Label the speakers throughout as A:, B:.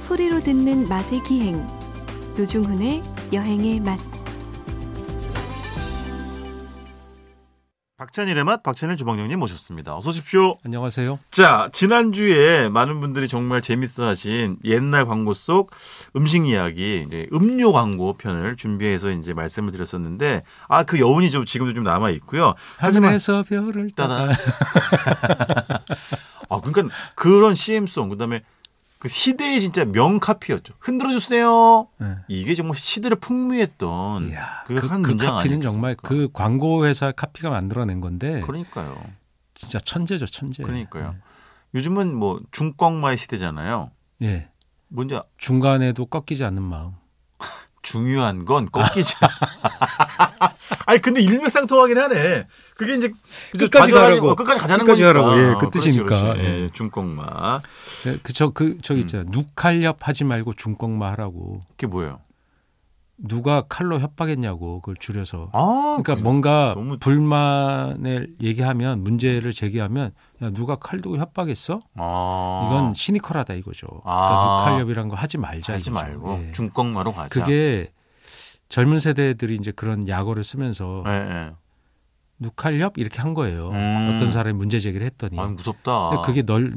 A: 소리로 듣는 맛의 기행 노중훈의 여행의 맛
B: 박찬일의 맛 박찬일 주방장님 모셨습니다. 어서 오십시오.
C: 안녕하세요.
B: 자, 지난주에 많은 분들이 정말 재밌어 하신 옛날 광고 속 음식 이야기, 이제 음료 광고 편을 준비해서 이제 말씀을 드렸었는데, 아, 그 여운이 좀 지금도 좀 남아있고요. 하지만,
C: 하늘에서 별을 따라.
B: 따다. 아, 그러니까 그런 CM송, 그 다음에 그 시대의 진짜 명카피였죠. 흔들어주세요.
C: 네.
B: 이게 정말 시대를 풍미했던
C: 이야, 그,
B: 그 한
C: 그
B: 문장
C: 카피는 정말
B: 아니겠습니까?
C: 그 광고 회사 카피가 만들어낸 건데
B: 그러니까요.
C: 진짜 천재죠 천재. 네.
B: 그러니까요. 요즘은 뭐 중꽝마의 시대잖아요.
C: 예,
B: 뭔지 아-
C: 중간에도 꺾이지 않는 마음.
B: 중요한 건 꺾이지. 않- 아니 근데 일맥상통하긴 하네. 그게 이제
C: 끝까지
B: 가져가지-
C: 가라고.
B: 어, 끝까지 가자는
C: 끝까지
B: 거니까.
C: 가라고. 예, 그
B: 어, 그렇지,
C: 뜻이니까.
B: 그렇지. 예,
C: 예.
B: 중꽝마.
C: 네, 그저그
B: 음.
C: 저기 있잖아 누칼협 하지 말고 중꺾마 하라고.
B: 그게 뭐예요?
C: 누가 칼로 협박했냐고 그걸 줄여서.
B: 아,
C: 그러니까 뭔가
B: 너무-
C: 불만을 얘기하면 문제를 제기하면 야 누가 칼 두고 협박했어?
B: 아.
C: 이건 시니컬하다 이거죠.
B: 아.
C: 그러니까 누칼협이란 거 하지 말자
B: 하지
C: 이거죠.
B: 말고
C: 예.
B: 중꽝마로 가자.
C: 그게 젊은 세대들이 이제 그런 약어를 쓰면서
B: 예, 예.
C: 누칼협 이렇게 한 거예요.
B: 음.
C: 어떤 사람이 문제 제기를 했더니
B: 아, 무섭다.
C: 예. 그게 네. 널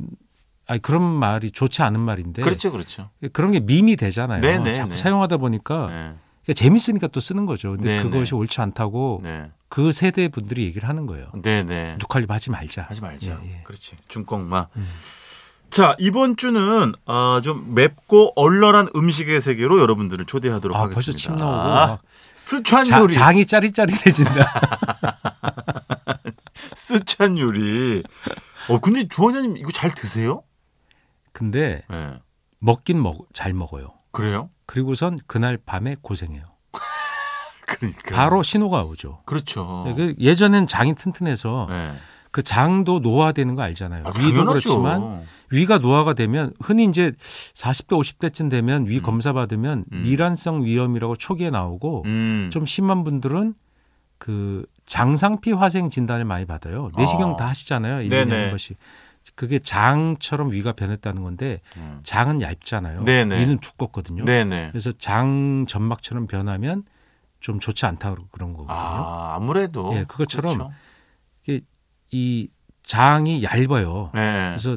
C: 아니 그런 말이 좋지 않은 말인데
B: 그렇죠, 그렇죠.
C: 그런게 밈이 되잖아요.
B: 네, 네,
C: 자꾸
B: 네.
C: 사용하다 보니까
B: 네.
C: 그러니까 재밌으니까 또 쓰는 거죠. 근데
B: 네,
C: 그것이
B: 네.
C: 옳지 않다고
B: 네.
C: 그 세대 분들이 얘기를 하는 거예요.
B: 네, 네.
C: 누칼협 하지 말자.
B: 하지 말자.
C: 예, 음. 예.
B: 그렇지. 중껑마. 자 이번 주는 아, 좀 맵고 얼얼한 음식의 세계로 여러분들을 초대하도록
C: 아
B: 하겠습니다.
C: 벌써 침 나오고 막
B: 스촨
C: 자-
B: 요리,
C: 장이 짜릿짜릿해진다.
B: 스촨 요리. 어 근데 주원장님 이거 잘 드세요?
C: 근데
B: 예.
C: 먹긴 먹 잘 먹어요.
B: 그래요?
C: 그리고선 그날 밤에 고생해요.
B: 그러니까
C: 바로 신호가 오죠.
B: 그렇죠.
C: 그 예전엔 장이 튼튼해서
B: 예.
C: 그 장도 노화되는 거 알잖아요.
B: 아,
C: 위도
B: 당연하죠.
C: 그렇지만 위가 노화가 되면 흔히 이제 40대 50대쯤 되면 위 검사 받으면
B: 음.
C: 미란성 위염이라고 초기에 나오고
B: 음.
C: 좀 심한 분들은 그 장상피 화생 진단을 많이 받아요. 내시경
B: 아.
C: 다 하시잖아요. 일
B: 네네.
C: 년에한 번씩. 그게 장처럼 위가 변했다는 건데
B: 음.
C: 장은 얇잖아요.
B: 네네.
C: 위는 두껍거든요.
B: 네네.
C: 그래서 장 점막처럼 변하면 좀 좋지 않다 그런 거거든요.
B: 아 아무래도
C: 예, 그것처럼
B: 그렇죠.
C: 이 장이 얇아요.
B: 예.
C: 그래서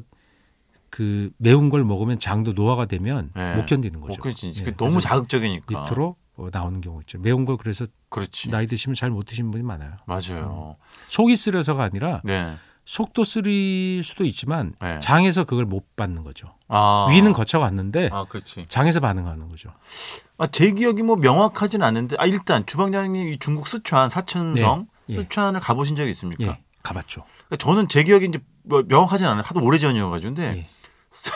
C: 그 매운 걸 먹으면 장도 노화가 되면
B: 네.
C: 못 견디는 거죠.
B: 뭐, 그렇지.
C: 예,
B: 그게
C: 그래서
B: 너무 자극적이니까.
C: 밑으로 어, 나오는 경우 있죠. 매운 걸 그래서
B: 그렇지.
C: 나이 드시면 잘 못 드시는 분이 많아요.
B: 맞아요.
C: 속이 쓰려서가 아니라
B: 네.
C: 속도 쓰릴 수도 있지만
B: 네.
C: 장에서 그걸 못 받는 거죠.
B: 아.
C: 위는 거쳐갔는데
B: 아, 그렇지.
C: 장에서 반응하는 거죠.
B: 아, 제 기억이 뭐 명확하진 않은데, 아, 일단 주방장님 이 중국 스촨, 사천성,
C: 네. 예.
B: 스촨을 가보신 적이 있습니까?
C: 예, 가봤죠.
B: 그러니까 저는 제 기억이 이제 뭐 명확하진 않아요. 하도 오래전이어가지고. 근데
C: 예.
B: 스-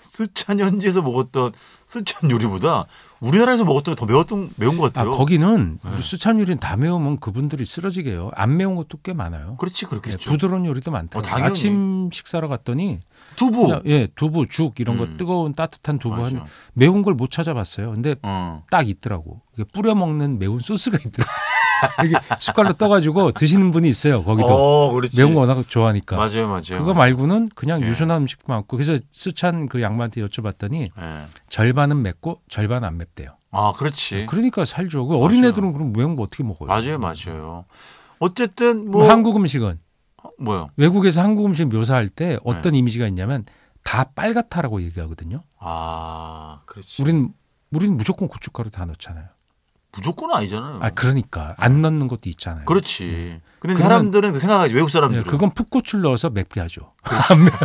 B: 스촨 현지에서 먹었던 스촨 요리보다 우리나라에서 먹었던 게 더 매웠던, 매운 것
C: 아,
B: 같아요. 네.
C: 거기는 우리 수찬 요리는 다 매우면 그분들이 쓰러지게요. 안 매운 것도 꽤 많아요.
B: 그렇지,
C: 예,
B: 그렇겠죠.
C: 부드러운 요리도
B: 어,
C: 많더라고요.
B: 당연히.
C: 아침 식사로 갔더니
B: 두부.
C: 그냥, 예, 두부, 죽
B: 음.
C: 이런 거 뜨거운 따뜻한 두부
B: 맞아.
C: 한 매운 걸 못 찾아봤어요. 근데
B: 어.
C: 딱 있더라고. 이게 뿌려 먹는 매운 소스가 있더라고. 이게 숟갈로 떠가지고 드시는 분이 있어요. 거기도
B: 어, 그렇지.
C: 매운 거 워낙 좋아하니까.
B: 맞아요, 맞아요.
C: 그거 말고는 그냥
B: 예.
C: 유순한 음식도 많고 그래서 스찬 그 양반한테 여쭤봤더니
B: 예.
C: 절반은 맵고 절반 안 맵대요.
B: 아, 그렇지.
C: 그러니까 살죠. 그 어린애들은 그럼 매운 거 어떻게 먹어요?
B: 맞아요, 맞아요. 어쨌든
C: 그럼
B: 뭐
C: 한국 음식은
B: 뭐요?
C: 외국에서 한국 음식 묘사할 때 어떤
B: 네.
C: 이미지가 있냐면 다 빨갛다라고 얘기하거든요.
B: 아, 그렇지.
C: 우린 우린 무조건 고춧가루 다 넣잖아요.
B: 무조건 아니잖아요.
C: 아 그러니까 안 넣는 것도 있잖아요.
B: 음. 그렇지. 근데
C: 그러면-
B: 사람들은 그 생각하지 외국 그렇죠,
C: 예,
B: 사람들은
C: 그건 풋고추를 넣어서 맵게 하죠.
B: 그렇죠.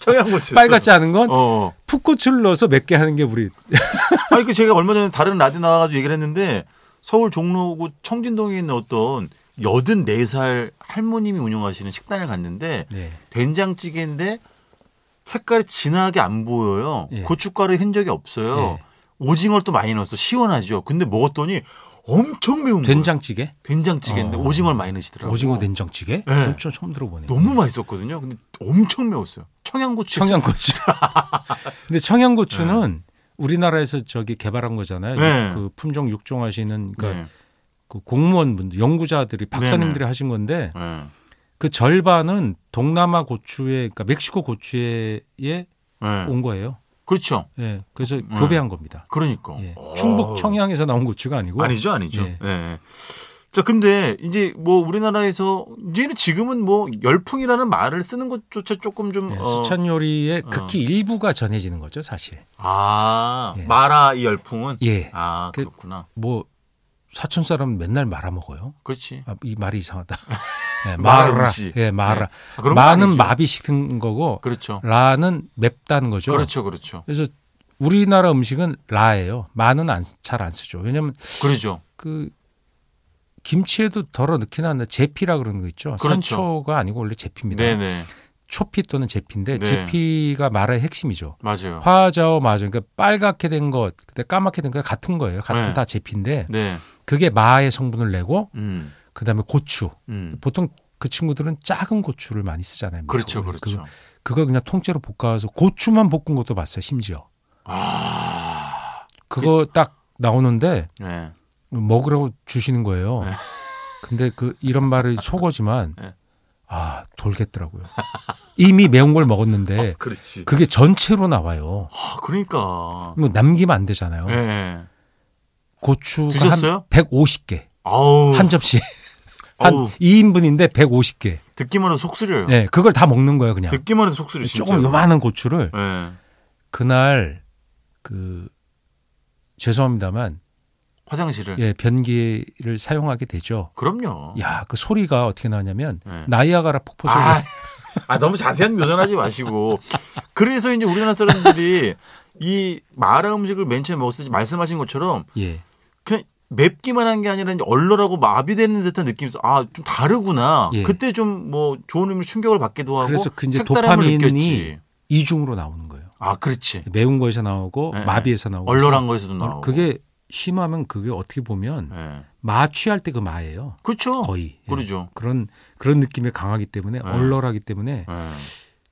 B: 청양고추
C: 빨갛지 않은 건
B: 어.
C: 풋고추를 넣어서 맵게 하는 게 우리
B: 아니 그 제가 얼마 전에 다른 라디오 나와가지고 얘기를 했는데 서울 종로구 청진동에 있는 어떤 여든 네 살 할머님이 운영하시는 식당을 갔는데
C: 네.
B: 된장찌개인데 색깔이 진하게 안 보여요.
C: 예.
B: 고춧가루 흔적이 없어요.
C: 예.
B: 오징어를 또 많이 넣었어. 시원하죠. 근데 먹었더니 엄청 매운 거예요.
C: 된장찌개,
B: 된장찌개인데
C: 어.
B: 오징어를 많이 넣으시더라고요.
C: 오징어 된장찌개,
B: 그렇죠. 네.
C: 엄청 처음 들어보네.
B: 너무 맛있었거든요. 근데 엄청 매웠어요. 청양고추
C: 청양고추. 근데 청양고추는 우리나라에서 저기 개발한 거잖아요.
B: 네.
C: 그 품종 육종하시는 그러니까
B: 네.
C: 그 공무원분들, 연구자들이 박사님들이
B: 네,
C: 하신 건데
B: 네.
C: 그 절반은 동남아 고추에, 그러니까 멕시코 고추에
B: 네.
C: 온 거예요.
B: 그렇죠.
C: 예, 그래서 교배한 겁니다.
B: 그러니까.
C: 예,
B: 어.
C: 충북 청양에서 나온 고추가 아니고
B: 아니죠, 아니죠. 예.
C: 예.
B: 자, 근데 이제 뭐 우리나라에서 이제는 지금은 뭐 열풍이라는 말을 쓰는 것조차 조금 좀
C: 예,
B: 어,
C: 수천 요리의
B: 어.
C: 극히 일부가 전해지는 거죠, 사실.
B: 아
C: 예.
B: 마라 이 열풍은
C: 예,
B: 아
C: 그-
B: 그렇구나.
C: 뭐 사촌 사람 은 맨날 말아 먹어요.
B: 그렇지.
C: 아, 이 말이 이상하다. 예,
B: 마라
C: 마라,
B: 음식.
C: 예, 마라.
B: 아, 그런 거 아니죠.
C: 마는 마비 식은 거고
B: 그렇죠.
C: 라는 맵다는 거죠.
B: 그렇죠, 그렇죠,
C: 그래서 우리나라 음식은 라예요. 마는 잘 안 쓰죠. 왜냐하면
B: 그렇죠.
C: 그 김치에도 덜어 넣긴 한데 제피라 그러는 거 있죠.
B: 그렇죠.
C: 산초가 아니고 원래 제피입니다.
B: 네네
C: 초피 또는 제피인데
B: 네.
C: 제피가 말의 핵심이죠.
B: 맞아요.
C: 화자와 마저 그러니까 빨갛게 된 것, 그때 까맣게 된 것 같은 거예요. 같은
B: 네.
C: 다 제피인데
B: 네,
C: 그게 마의 성분을 내고
B: 음,
C: 그다음에 고추.
B: 음,
C: 보통 그 친구들은 작은 고추를 많이 쓰잖아요.
B: 그렇죠,
C: 미국은.
B: 그렇죠.
C: 그, 걸 그냥 통째로 볶아서 고추만 볶은 것도 봤어요. 심지어
B: 아,
C: 그거 딱 나오는데
B: 네,
C: 먹으라고 주시는 거예요.
B: 네.
C: 근데 그 이런 말이 속어지만
B: 네.
C: 아 돌겠더라고요. 이미 매운 걸 먹었는데
B: 아, 그렇지.
C: 네. 그게 전체로 나와요.
B: 아, 그러니까.
C: 뭐 남기면 안 되잖아요.
B: 예. 네.
C: 고추가
B: 드셨어요?
C: 한 150개
B: 아우,
C: 한 접시 한
B: 아우
C: 2인분인데 150개.
B: 듣기만 해도 속쓰려요.
C: 네, 그걸 다 먹는 거예요 그냥.
B: 듣기만 해도 속쓰려.
C: 조금 요만한 고추를
B: 예.
C: 그날 그 죄송합니다만
B: 화장실을.
C: 예 변기를 사용하게 되죠.
B: 그럼요.
C: 야 그 소리가 어떻게 나냐면
B: 아. 네.
C: 나이아가라 폭포 소리.
B: 아, 아, 너무 자세한 묘사하지 마시고. 그래서 이제 우리나라 사람들이 이 마라 음식을 맨 처음에 먹었을 때 말씀하신 것처럼
C: 예.
B: 그냥 맵기만 한 게 아니라 이제 얼얼하고 마비되는 듯한 느낌이 있어. 아, 좀 다르구나.
C: 예.
B: 그때 좀 뭐 좋은 의미 충격을 받기도 하고
C: 그래서 그 이제
B: 색다름을
C: 도파민이-
B: 느꼈지.
C: 이중으로 나오는 거예요.
B: 아, 그렇지.
C: 매운 거에서 나오고
B: 네.
C: 마비에서 나오고.
B: 얼얼한 거에서도
C: 그래서
B: 나오고.
C: 그게 심하면 그게 어떻게 보면
B: 예.
C: 마 취할 때 그 마예요.
B: 그렇죠.
C: 거의. 예.
B: 그러죠.
C: 그런 그런 느낌이 강하기 때문에
B: 네.
C: 얼얼하기 때문에
B: 예.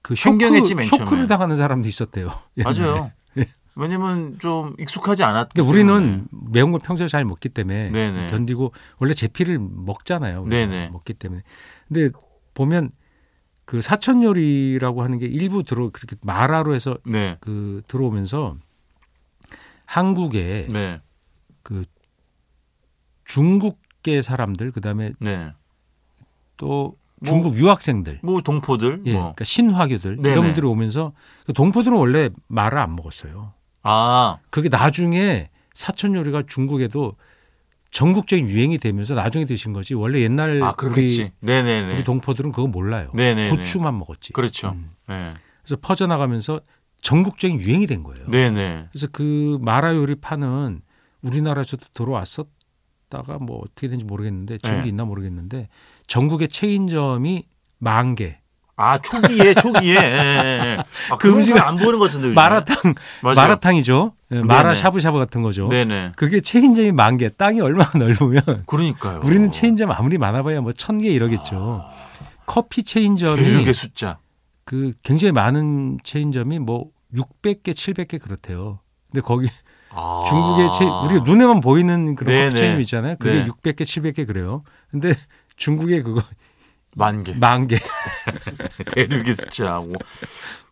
C: 그
B: 환경했지,
C: 쇼크,
B: 맨 처음에.
C: 쇼크를 당하는 사람도 있었대요. 옛날에.
B: 맞아요. 왜냐면 좀 익숙하지 않았기
C: 예. 근데
B: 때문에.
C: 우리는 매운 걸 평소에 잘 먹기 때문에
B: 그렇죠. 네네.
C: 견디고 원래 제피를 먹잖아요. 우리가
B: 네네.
C: 먹기 때문에. 근데 보면 그 사천 요리라고 하는 게 일부 들어 그렇게 마라로 해서
B: 네.
C: 그 들어오면서 한국에
B: 네.
C: 그 중국계 사람들 그다음에
B: 네.
C: 또
B: 뭐-
C: 중국 유학생들
B: 뭐 동포들
C: 예,
B: 뭐.
C: 그러니까 신화교들 이런
B: 네네.
C: 분들이 오면서 그 동포들은 원래 말을 안 먹었어요.
B: 아,
C: 그게 나중에 사천 요리가 중국에도 전국적인 유행이 되면서 나중에 드신 거지 원래 옛날
B: 아
C: 우리,
B: 그렇겠지. 네네네.
C: 우리 동포들은 그거 몰라요.
B: 네네네.
C: 고추만 먹었지.
B: 그렇죠.
C: 음.
B: 네.
C: 그래서 퍼져나가면서 전국적인 유행이 된 거예요.
B: 네네.
C: 그래서 그 마라 요리 파는 우리나라에서도 들어왔었다가 뭐 어떻게 된지 모르겠는데 지금도
B: 네.
C: 있나 모르겠는데 전국의 체인점이 만 개.
B: 아 초기에 초기에. 예, 예, 예. 아, 그
C: 그
B: 음식이
C: 음식은
B: 안 보이는 것 같은데. 요즘에.
C: 마라탕
B: 맞아요.
C: 마라탕이죠. 예, 마라
B: 네네.
C: 샤브샤브 같은 거죠.
B: 네네.
C: 그게 체인점이 만 개. 땅이 얼마나 넓으면
B: 그러니까요.
C: 우리는 체인점 아무리 많아봐야 뭐 천 개 이러겠죠. 커피 체인점이
B: 대륙의 숫자.
C: 그 굉장히 많은 체인점이 뭐 600개, 700개 그렇대요. 근데 거기
B: 아.
C: 중국의 체 우리 눈에만 보이는 그런
B: 네네.
C: 커피체인 있잖아요. 그게
B: 네.
C: 600개, 700개 그래요. 근데 중국의 그거
B: 만 개.
C: 만 개.
B: 대륙의 숫자하고.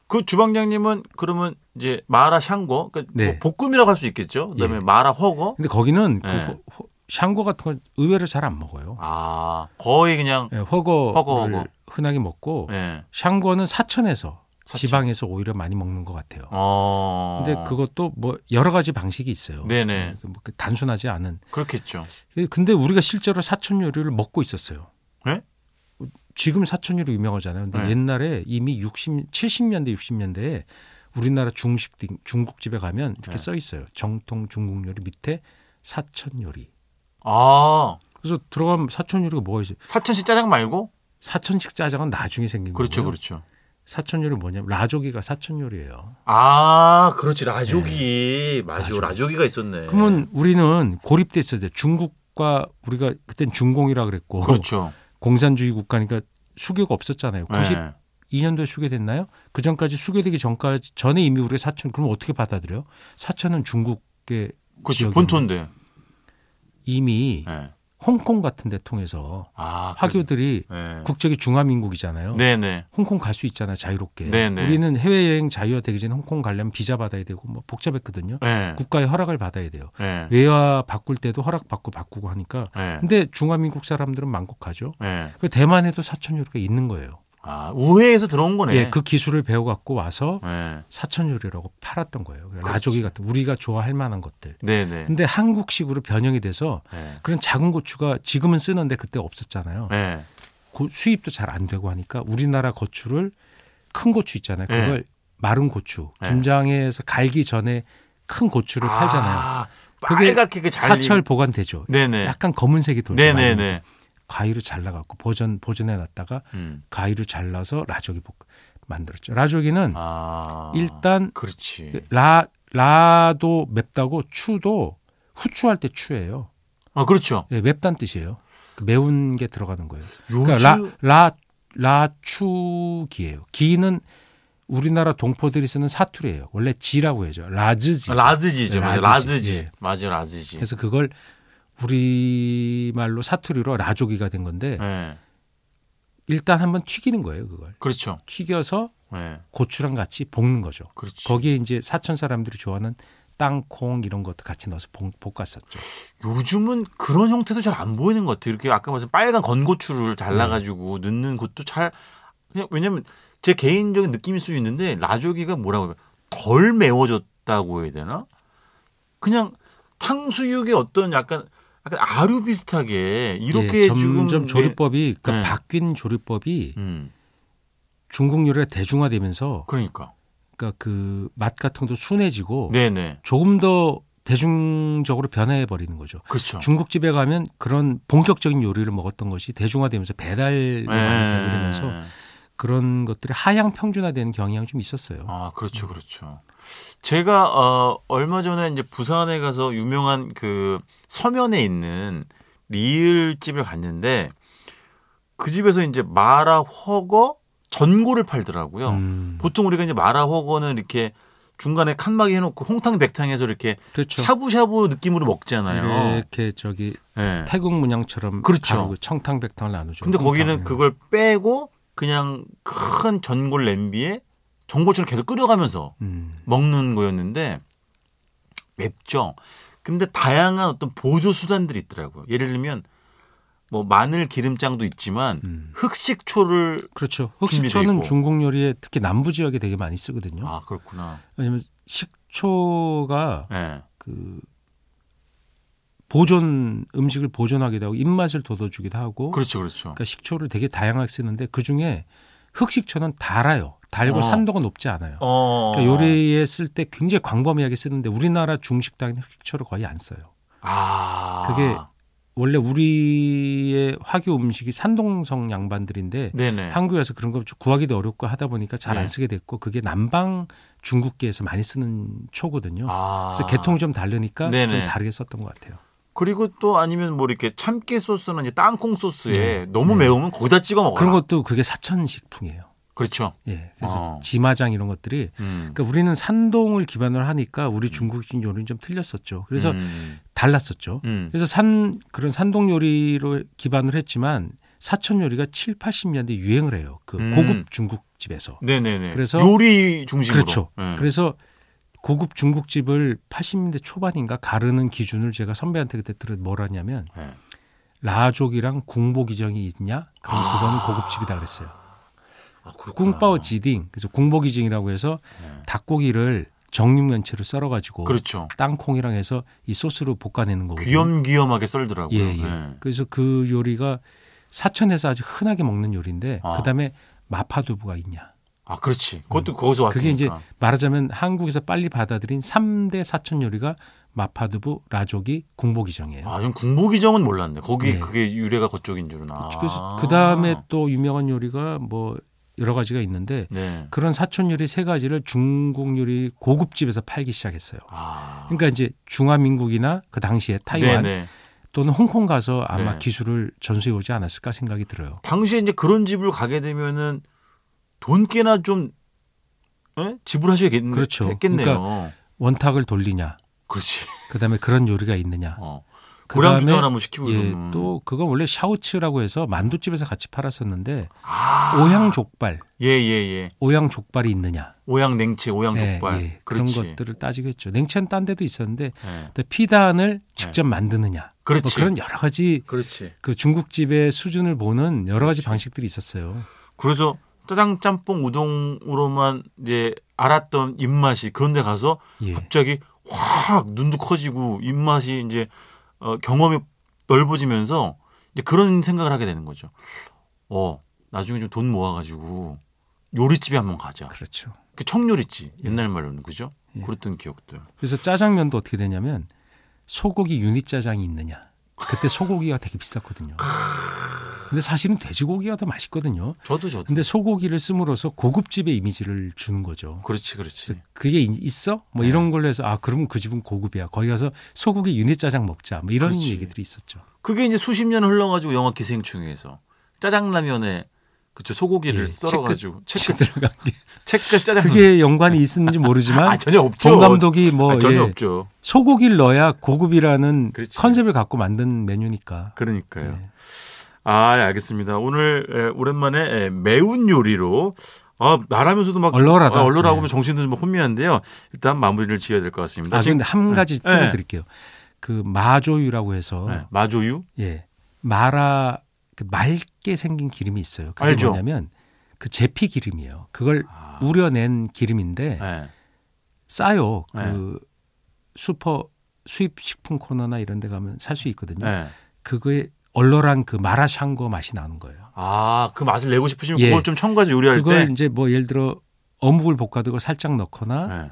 B: 그 주방장님은 그러면 이제 마라 샹궈, 그러니까
C: 네.
B: 뭐 볶음이라고 할 수 있겠죠. 그다음에
C: 예.
B: 마라 허거.
C: 근데 거기는
B: 네.
C: 그 허- 허- 샹궈 같은 걸 의외로 잘 안 먹어요.
B: 아 거의 그냥.
C: 예, 허거를
B: 허거, 허거.
C: 흔하게 먹고
B: 예.
C: 샹궈는 사천에서
B: 사천.
C: 지방에서 오히려 많이 먹는 것 같아요.
B: 어.
C: 근데 그것도 뭐 여러 가지 방식이 있어요.
B: 네네.
C: 뭐그 단순하지 않은.
B: 그렇겠죠.
C: 근데 우리가 실제로 사천 요리를 먹고 있었어요.
B: 네?
C: 지금 사천 요리 유명하잖아요. 근데
B: 네.
C: 옛날에 이미 60, 70년대 60년대에 우리나라 중식 중국집에 가면
B: 네.
C: 이렇게 써 있어요. 정통 중국 요리 밑에 사천 요리.
B: 아
C: 그래서 들어가면 사천 요리가 뭐가 있어요?
B: 사천시 짜장 말고.
C: 사천식 짜장은 나중에 생긴
B: 그렇죠,
C: 거고요.
B: 그렇죠.
C: 사천 요리 뭐냐면 라조기가 사천 요리예요.
B: 아, 그렇지. 네. 라조기. 맞아.
C: 라조기.
B: 라조기가 있었네.
C: 그러면 우리는 고립돼 있어야 돼. 중국과 우리가 그땐 중공이라 그랬고
B: 그렇죠.
C: 공산주의 국가니까 수교가 없었잖아요.
B: 네.
C: 92년도에 수교됐나요? 그 전까지 수교되기 전까지 전에 이미 우리가 사천 그럼 어떻게 받아들여? 사천은 중국의
B: 그렇죠.
C: 지역이면
B: 본토인데.
C: 이미
B: 네.
C: 홍콩 같은 데 통해서
B: 아,
C: 화교들이
B: 네.
C: 국적이 중화민국이잖아요.
B: 네네.
C: 홍콩 갈 수 있잖아 자유롭게.
B: 네네.
C: 우리는 해외여행 자유화 되기 전에 홍콩 가려면 비자 받아야 되고 뭐 복잡했거든요.
B: 네.
C: 국가의 허락을 받아야 돼요.
B: 네.
C: 외화 바꿀 때도 허락 받고 바꾸고 하니까.
B: 네.
C: 근데 중화민국 사람들은 만국하죠.
B: 네.
C: 그 대만에도 사천 요리가 있는 거예요.
B: 아, 우회에서 들어온 거네.
C: 예, 그 기술을 배워 갖고 와서
B: 네.
C: 사천 요리라고 팔았던 거예요.
B: 그렇지.
C: 라조기 같은 우리가 좋아할 만한 것들.
B: 네네.
C: 근데 한국식으로 변형이 돼서
B: 네.
C: 그런 작은 고추가 지금은 쓰는데 그때 없었잖아요.
B: 네.
C: 고- 수입도 잘 안 되고 하니까 우리나라 고추를 큰 고추 있잖아요.
B: 네.
C: 그걸 마른 고추
B: 네.
C: 김장에서 갈기 전에 큰 고추를 팔잖아요.
B: 아,
C: 그게
B: 빨갛게 그 잘린.
C: 사철 보관되죠.
B: 네네.
C: 약간 검은색이 돌죠. 많이.
B: 네네네.
C: 과일을 잘라갖고 보존 보존해 놨다가
B: 음.
C: 과일을 잘라서 라조기 볶 만들었죠. 라조기는
B: 아. 네.
C: 일단 예.
B: 그렇지.
C: 라 라도 맵다고 추도 후추할 때 추예요.
B: 아, 그렇죠.
C: 예, 맵단 뜻이에요. 그 매운 게 들어가는 거예요.
B: 요즘
C: 그러니까 라, 라, 라추기예요. 기는 우리나라 동포들이 쓰는 사투리예요. 원래 지라고 해죠. 라즈지.
B: 아, 라즈지죠.
C: 네,
B: 맞아.
C: 라즈지.
B: 라즈지.
C: 예.
B: 맞아, 라즈지.
C: 그래서 그걸 우리 말로 사투리로 라조기가 된 건데
B: 네.
C: 일단 한번 튀기는 거예요. 그걸
B: 그렇죠.
C: 튀겨서
B: 네.
C: 고추랑 같이 볶는 거죠.
B: 그렇지.
C: 거기에 이제 사천 사람들이 좋아하는 땅콩 이런 것도 같이 넣어서 볶- 볶았었죠.
B: 요즘은 그런 형태도 잘 안 보이는 것 같아요. 이렇게 아까 말씀 빨간 건고추를 잘라가지고
C: 네.
B: 넣는 것도 잘 그냥 왜냐면 제 개인적인 느낌일 수 있는데 라조기가 뭐라고 할까? 덜 매워졌다고 해야 되나? 그냥 탕수육의 어떤 약간 약간 아류 비슷하게 이렇게
C: 예,
B: 지금
C: 점점 조리법이 그러니까
B: 네.
C: 바뀐 조리법이
B: 내- 음,
C: 중국 요리가 대중화되면서
B: 그러니까
C: 그러니까 그 맛 같은 것도 순해지고
B: 네네
C: 조금 더 대중적으로 변해 버리는 거죠.
B: 그렇죠.
C: 중국집에 가면 그런 본격적인 요리를 먹었던 것이 대중화되면서
B: 네.
C: 배달로 많이 되고 되면서
B: 예.
C: 그런 것들이 하향 평준화되는 경향이 좀 있었어요.
B: 아, 그렇죠, 그렇죠. 제가 어, 얼마 전에 이제 부산에 가서 유명한 그 서면에 있는 리을 집을 갔는데 그 집에서 이제 마라 허거 전골을 팔더라고요.
C: 음,
B: 어. 보통 우리가 이제 마라 허거는 이렇게 중간에 칸막이 해놓고 홍탕 백탕해서 이렇게
C: 그렇죠.
B: 샤브샤브 느낌으로 먹잖아요.
C: 이렇게 저기
B: 예.
C: 태국 문양처럼
B: 그렇죠.
C: 가루고 청탕백탕을 나누죠.
B: 근데 거기는
C: 홍탕을.
B: 그걸 빼고 그냥 큰 전골 냄비에 전골처럼 계속 끓여가면서
C: 음,
B: 먹는 거였는데 맵죠. 근데 다양한 어떤 보조 수단들이 있더라고요. 예를 들면 뭐 마늘 기름장도 있지만
C: 음.
B: 흑식초를
C: 그렇죠.
B: 준비돼
C: 흑식초는
B: 있고.
C: 중국 요리에 특히 남부 지역에 되게 많이 쓰거든요.
B: 아 그렇구나.
C: 왜냐면 식초가
B: 예.
C: 그 보존 음식을 보존하기도 하고 입맛을 돋워주기도 하고
B: 그렇죠, 그렇죠.
C: 그러니까 식초를 되게 다양하게 쓰는데 그 중에 흑식초는 달아요. 달고
B: 어.
C: 산도가 높지 않아요.
B: 어.
C: 그러니까 요리에 쓸 때 굉장히 광범위하게 쓰는데 우리나라 중식당에는 흑식초를 거의 안 써요.
B: 아.
C: 그게 원래 우리의 화교 음식이 산동성 양반들인데
B: 네네.
C: 한국에서 그런 거 구하기도 어렵고 하다 보니까 잘 안
B: 네.
C: 쓰게 됐고 그게 남방 중국계에서 많이 쓰는 초거든요.
B: 아.
C: 그래서 개통이 좀 다르니까 좀
B: 네네.
C: 다르게 썼던 것 같아요.
B: 그리고 또 아니면 뭐 이렇게 참깨 소스나 이제 땅콩 소스에 너무 매우면 거기다 찍어 먹어.
C: 네. 그런 것도 그게 사천식풍이에요.
B: 그렇죠.
C: 예. 그래서
B: 어.
C: 지마장 이런 것들이
B: 음.
C: 그러니까 우리는 산동을 기반으로 하니까 우리 중국인 요리는 좀 틀렸었죠. 그래서
B: 음.
C: 달랐었죠.
B: 음.
C: 그래서 산 그런 산동 요리로 기반을 했지만 사천 요리가 7, 80년대 유행을 해요. 그
B: 음.
C: 고급 중국집에서.
B: 네네네.
C: 그래서-
B: 요리 중심으로.
C: 그렇죠.
B: 예.
C: 그래서 고급 중국집을 80년대 초반인가 가르는 기준을 제가 선배한테 그때 들은 뭐라냐면
B: 예.
C: 라족이랑 궁보기정이 있냐? 그럼 그거는 고급집이다 그랬어요.
B: 아, 그렇구나.
C: 꿍빠오 지딩. 그래서 궁보기정이라고 해서
B: 네.
C: 닭고기를 정육면체로 썰어 가지고
B: 그렇죠.
C: 땅콩이랑 해서 이 소스로 볶아내는 거거든요.
B: 귀염귀염하게 썰더라고요.
C: 예, 예.
B: 예.
C: 그래서 그 요리가 사천에서 아주 흔하게 먹는 요리인데
B: 아.
C: 그다음에 마파두부가 있냐?
B: 아, 그렇지. 그것도 거기서 왔으니까.
C: 음. 그게 이제 말하자면 한국에서 빨리 받아들인 3대 사천 요리가 마파두부, 라조기, 궁보기정이에요.
B: 아, 전 궁보기정은 몰랐네. 거기
C: 예.
B: 그게 유래가 그쪽인 줄은. 아.
C: 그래서 그다음에 또 유명한 요리가 뭐 여러 가지가 있는데
B: 네.
C: 그런 사천 요리 세 가지를 중국 요리 고급집에서 팔기 시작했어요.
B: 아.
C: 그러니까 이제 중화민국이나 그 당시에 타이완
B: 네네.
C: 또는 홍콩 가서 아마
B: 네.
C: 기술을 전수해 오지 않았을까 생각이 들어요.
B: 당시에 이제 그런 집을 가게 되면은 돈 꽤나 좀 예? 지불하셔야겠네요.
C: 그렇죠.
B: 겠네요
C: 원탁을 돌리냐,
B: 그렇지.
C: 그다음에 그런 요리가 있느냐.
B: 어. 고량주도
C: 그다음에
B: 하나 뭐 시키고
C: 예,
B: 그러면.
C: 또 그건 원래 샤우츠라고 해서 만두집에서 같이 팔았었는데
B: 아.
C: 오향 족발,
B: 예예예.
C: 오향 족발이 있느냐,
B: 오양 냉채, 오양
C: 예,
B: 족발.
C: 예, 그런
B: 그렇지.
C: 것들을 따지겠죠. 냉채는 딴 데도 있었는데
B: 예.
C: 근데 피단을 직접 만드느냐,
B: 네. 그렇지.
C: 뭐 그런 여러 가지
B: 그렇지.
C: 그 중국집의 수준을 보는 여러 가지 방식들이 있었어요.
B: 그래서 짜장 짬뽕 우동으로만 이제 알았던 입맛이 그런데 가서
C: 예.
B: 갑자기 확 눈도 커지고 입맛이 이제 어, 경험이 넓어지면서 이제 그런 생각을 하게 되는 거죠. 어 나중에 좀 돈 모아가지고 요리집에 한번 가자.
C: 그렇죠.
B: 그 청요리집 옛날 말로는 그죠?
C: 예.
B: 그랬던 기억들.
C: 그래서 짜장면도 어떻게 되냐면 소고기 유닛 짜장이 있느냐. 그때 소고기가 되게 비쌌거든요. 근데 사실은 돼지고기가 더 맛있거든요.
B: 저도 저도.
C: 근데 소고기를 씀으로써 고급집의 이미지를 주는 거죠.
B: 그렇지 그렇지.
C: 그래서 그게 이- 있어? 뭐 이런 걸로 해서 아 그럼 그 집은 고급이야. 거기 가서 소고기 유닛 짜장 먹자. 뭐 이런
B: 그렇지.
C: 얘기들이 있었죠.
B: 그게 이제 수십 년 흘러가지고 영화 기생충에서 짜장라면에 그쵸 소고기를
C: 예,
B: 썰어가지고
C: 채
B: 채끝
C: 들어간 게
B: 채끝 짜장.
C: 그게 연관이 있는지 모르지만
B: 아 전혀 없죠.
C: 정 감독이 뭐
B: 아니, 전혀
C: 예,
B: 없죠.
C: 소고기를 넣어야 고급이라는
B: 그렇지.
C: 컨셉을 갖고 만든 메뉴니까.
B: 그러니까요.
C: 네.
B: 아 예, 알겠습니다. 오늘 예, 오랜만에 예, 매운 요리로 아 말하면서도 막
C: 얼얼하다.
B: 아, 얼얼하고
C: 네.
B: 정신도 좀 혼미한데요. 일단 마무리를 지어야 될 것 같습니다.
C: 아,
B: 지금-
C: 근데 한 가지
B: 네.
C: 팁을
B: 네.
C: 드릴게요. 그 마조유라고 해서
B: 네, 마조유
C: 예 마라 그 맑게 생긴 기름이 있어요. 그게
B: 알죠.
C: 뭐냐면 그 제피 기름이에요. 그걸
B: 아.
C: 우려낸 기름인데
B: 예.
C: 싸요. 그
B: 네.
C: 슈퍼 수입 식품 코너나 이런 데 가면 살 수 있거든요.
B: 예.
C: 그거에 얼얼한 그 마라샹궈 맛이 나는 거예요.
B: 아그 맛을 내고 싶으시면
C: 예.
B: 그걸 좀 첨가해서 요리할
C: 그걸
B: 때.
C: 이제 뭐 예를 들어 어묵을 볶아도 그걸 살짝 넣거나
B: 예.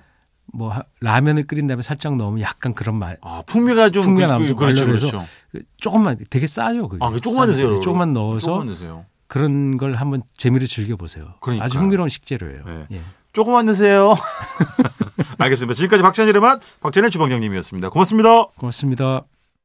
C: 뭐 하- 라면을 끓인 다음에 살짝 넣으면 약간 그런 맛.
B: 아 풍미가 좀
C: 풍미가
B: 그-
C: 나면서
B: 그렇죠
C: 얼얼해서
B: 그렇죠.
C: 그 조금만 되게 싸요. 그게.
B: 아, 그 조금만
C: 싸니까.
B: 넣으세요.
C: 조금만 넣어서
B: 조금만 드세요.
C: 그런 걸 한번 재미를 즐겨 보세요.
B: 그러니까요.
C: 아주 흥미로운 식재료예요.
B: 네.
C: 예.
B: 조금만 드세요. 알겠습니다. 지금까지 박찬일의 맛 박찬일 주방장님이었습니다. 고맙습니다.
C: 고맙습니다.